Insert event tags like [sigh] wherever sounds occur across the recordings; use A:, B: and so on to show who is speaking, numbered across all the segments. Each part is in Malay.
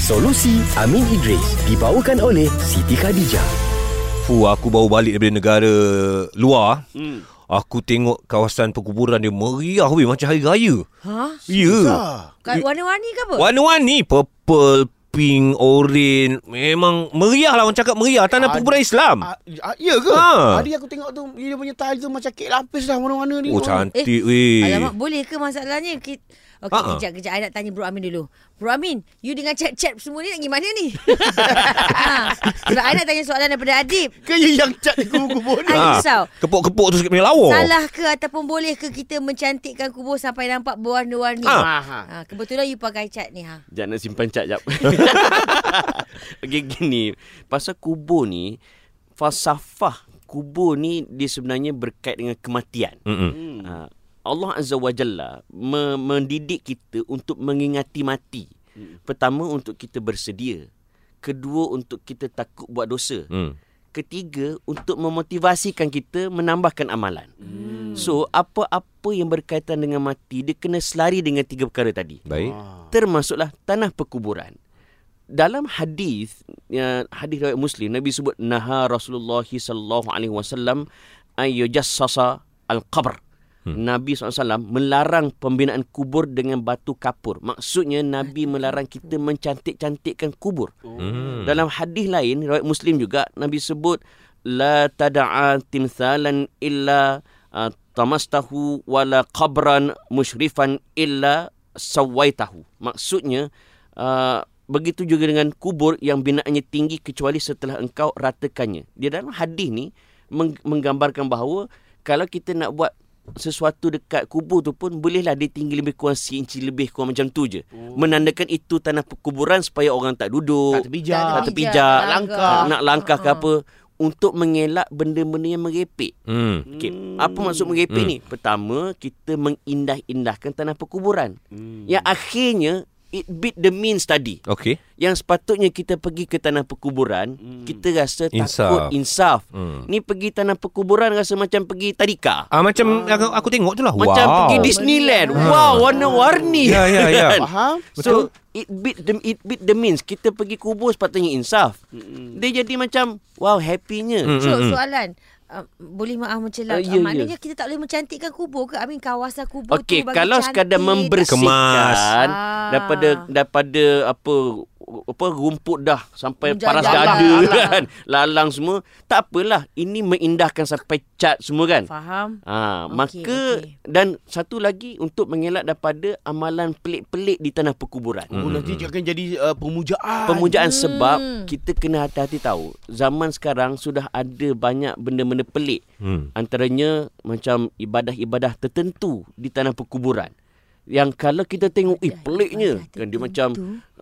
A: Solusi Amin Idris dibawakan oleh Siti Khadijah.
B: Fuh, aku baru balik daripada negara luar. Hmm. Aku tengok kawasan perkuburan dia meriah weh macam hari raya.
C: Ha?
B: Ya. Yeah.
D: Ah,
C: Kat warna-warni ke apa?
B: Warna-warni purple, pink, orange. Memang meriah lah orang cakap meriah. Tanah
D: Ad-
B: perkuburan Islam.
D: Ah, ah, ya ke?
B: Hmm. Ha.
D: Hari aku tengok tu dia punya tile tu macam kek lapis dah warna-warna ni.
B: Oh
D: Warna-
B: cantik weh.
C: Eh, Alamak, boleh ke masalahnya? Ki- Okey,
B: Ha-ha.
C: uh-uh. kejap, kejap. I nak tanya Bro Amin dulu. Bro Amin, you dengan chat-chat semua ni nak pergi mana ni? ha, sebab I nak tanya soalan daripada Adib.
D: Ke you yang cat di kubur [laughs] ni?
C: I risau.
B: Ha. Kepuk-kepuk tu sikit punya lawa.
C: Salah ke ataupun boleh ke kita mencantikkan kubur sampai nampak berwarna-warni?
B: Ah.
C: Ha. ha. Kebetulan you pakai cat ni. Ha.
E: Sekejap nak simpan cat jap. Okey gini, pasal kubur ni falsafah kubur ni dia sebenarnya berkait dengan kematian.
B: Mm-mm.
E: Ha, Allah Azza wa Jalla me- mendidik kita untuk mengingati mati. Pertama untuk kita bersedia. Kedua untuk kita takut buat dosa.
B: Mm.
E: Ketiga untuk memotivasikan kita menambahkan amalan. Hmm. So apa-apa yang berkaitan dengan mati dia kena selari dengan tiga perkara tadi
B: Baik.
E: termasuklah tanah perkuburan. Dalam hadis ya, hadis riwayat Muslim Nabi sebut naha Rasulullah sallallahu alaihi wasallam ayyajassasa al-qabr. Nabi SAW melarang pembinaan kubur dengan batu kapur. Maksudnya Nabi melarang kita mencantik-cantikkan kubur.
B: Mm.
E: Dalam hadis lain riwayat Muslim juga Nabi sebut la tad'a timthalan illa uh, tamastahu wala qabran musyrifan illa sawaitahu. Maksudnya uh, begitu juga dengan kubur yang binaannya tinggi kecuali setelah engkau ratakannya. Dia dalam hadis ni meng- menggambarkan bahawa kalau kita nak buat sesuatu dekat kubur tu pun bolehlah dia tinggi lebih kurang seinci lebih kurang macam tu je. Menandakan itu tanah perkuburan supaya orang tak duduk.
D: Tak terbijak.
E: Tak terpijak,
D: langkah.
E: nak langkah ke apa untuk mengelak benda-benda yang merepek.
B: Mm.
E: Okay. Apa maksud merepek
B: Hmm.
E: ni? Pertama, kita mengindah-indahkan tanah perkuburan.
D: Hmm.
E: Yang akhirnya it beat the means tadi.
B: Okey.
E: Yang sepatutnya kita pergi ke tanah perkuburan, kita rasa takut
B: Insaf.
E: insaf.
B: Hmm.
E: Ni pergi tanah perkuburan rasa macam pergi tadika.
B: Ah macam aku, aku tengok tu lah.
E: Macam
B: wow.
E: pergi Disneyland. Wow, warna-warni. Kan?
B: Ya ya
E: [laughs]
B: ya.
D: Faham?
E: So it beat the it beat the means. Kita pergi kubur sepatutnya insaf. mm Dia jadi macam wow happynya.
B: Mm.
C: So, soalan. Uh, boleh maaf mencela.
E: Ah,
C: Uh,
E: ya, ya.
C: Maknanya kita tak boleh mencantikkan kubur ke? I mean kawasan kubur
E: Okey,
C: tu bagi
E: kalau
C: cantik.
E: sekadar
B: Kemas.
E: membersihkan
C: Ah.
E: daripada daripada apa apa rumput dah sampai
C: Menjaga
E: paras
C: alam.
E: dada
C: Alam.
E: kan, lalang semua, tak apalah. Ini mengindahkan sampai cat semua kan.
C: Faham?
E: Ha,
C: Okey,
E: okay, maka
C: okey.
E: okay. dan satu lagi untuk mengelak daripada amalan pelik-pelik di tanah perkuburan.
D: Oh, nanti dia akan jadi uh, pemujaan.
E: Pemujaan sebab kita kena hati-hati tahu. Zaman sekarang sudah ada banyak benda-benda pelik.
B: Hmm.
E: Antaranya macam ibadah-ibadah tertentu di tanah perkuburan. Yang kalau kita tengok eh peliknya
C: ibadah
E: kan dia
C: tertentu.
E: macam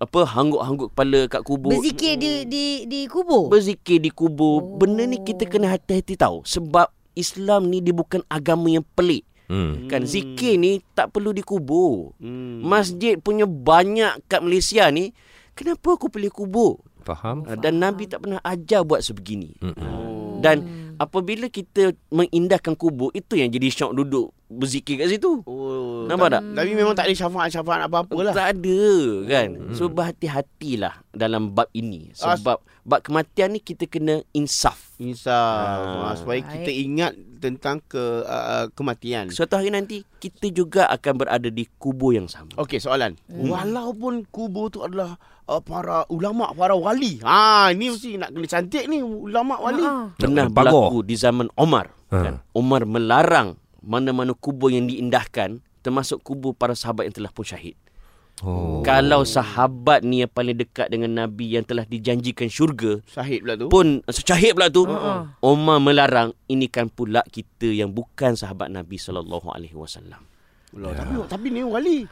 E: apa hangguk-hangguk kepala kat kubur.
C: Berzikir di di di kubur.
E: Berzikir di kubur. Oh. Benda ni kita kena hati-hati tahu sebab Islam ni dia bukan agama yang pelik.
B: Hmm.
E: Kan zikir ni tak perlu dikubur.
D: Hmm.
E: Masjid punya banyak kat Malaysia ni kenapa aku pilih kubur?
B: Faham?
E: Ah, Dan Nabi tak pernah ajar buat sebegini. Oh. Dan apabila kita mengindahkan kubur, itu yang jadi syok duduk berzikir kat situ.
D: Oh,
E: Nampak tak?
D: Tapi memang tak ada syafaat-syafaat apa-apa lah.
E: Tak ada kan. So berhati-hatilah dalam bab ini.
D: Ah,
E: Sebab bab kematian ni kita kena insaf.
D: Insaf. Ah. Supaya
C: Baik.
D: kita ingat tentang ke uh, kematian.
E: Suatu hari nanti kita juga akan berada di kubur yang sama.
D: Okey, soalan. Hmm. Walaupun kubur tu adalah uh, para ulama, para wali. Ha, ni mesti nak kena cantik ni ulama wali.
C: Ha.
E: Pernah
B: Nak kena pagar.
E: berlaku di zaman Omar.
B: Ha.
E: Kan? Omar melarang mana-mana kubur yang diindahkan termasuk kubur para sahabat yang telah pun syahid.
B: Oh.
E: Kalau sahabat ni yang paling dekat dengan Nabi yang telah dijanjikan syurga
D: Syahid pula lah tu.
E: pun secahit pula tu
D: Oh.
E: Oh. Omar melarang ini kan pula kita yang bukan sahabat Nabi sallallahu alaihi wasallam.
D: Pula. Tapi, tapi ni wali.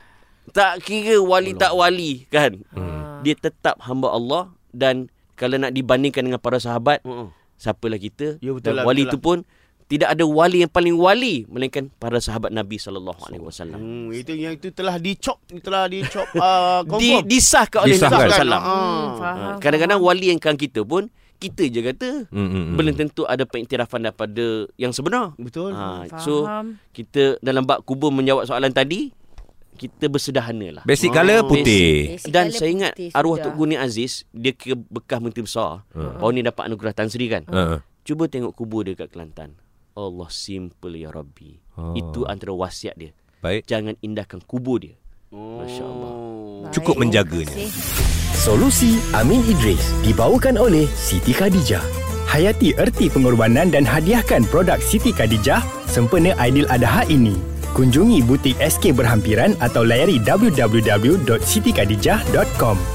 E: Tak kira wali tak wali kan.
D: Hmm.
E: Dia tetap hamba Allah dan kalau nak dibandingkan dengan para sahabat
D: Uh-uh.
E: siapalah kita
D: Ya, betul
E: dan
D: lah,
E: wali
D: betul
E: tu pun tidak ada wali yang paling wali melainkan para sahabat Nabi sallallahu alaihi wasallam.
D: Hmm, itu yang itu telah dicop, telah dicop uh,
E: Di,
D: confirm. Ah.
E: disahkan oleh Nabi
B: Disahkan.
E: sallallahu alaihi
D: Salam.
E: wasallam.
C: Hmm, faham.
E: Ha, Kadang-kadang wali yang kawan kita pun kita je kata
B: Hmm, hmm, hmm.
E: belum tentu ada pengiktirafan daripada yang sebenar.
D: Betul.
E: Ha,
C: Faham.
E: so kita dalam bab kubur menjawab soalan tadi kita bersederhana lah.
B: Basic color putih.
C: Basic
E: Dan
C: colour
E: saya ingat
C: putih,
E: arwah
C: sudah.
E: Tok Guni Aziz, dia ke bekas menteri besar. Hmm. Tahun ni dapat anugerah Tan Sri kan.
B: Ha.
E: Cuba tengok kubur dia kat Kelantan. Allah simple ya Rabbi.
B: Oh. Eh.
E: Itu antara wasiat dia.
B: Baik.
E: Jangan indahkan kubur dia.
C: Oh.
E: Masya Allah.
B: Cukup
C: Baik,
B: menjaganya.
C: terima kasih.
A: Solusi Amin Idris dibawakan oleh Siti Khadijah. Hayati erti pengorbanan dan hadiahkan produk Siti Khadijah sempena Aidil Adha ini. Kunjungi butik SK berhampiran atau layari www.sitikadijah.com.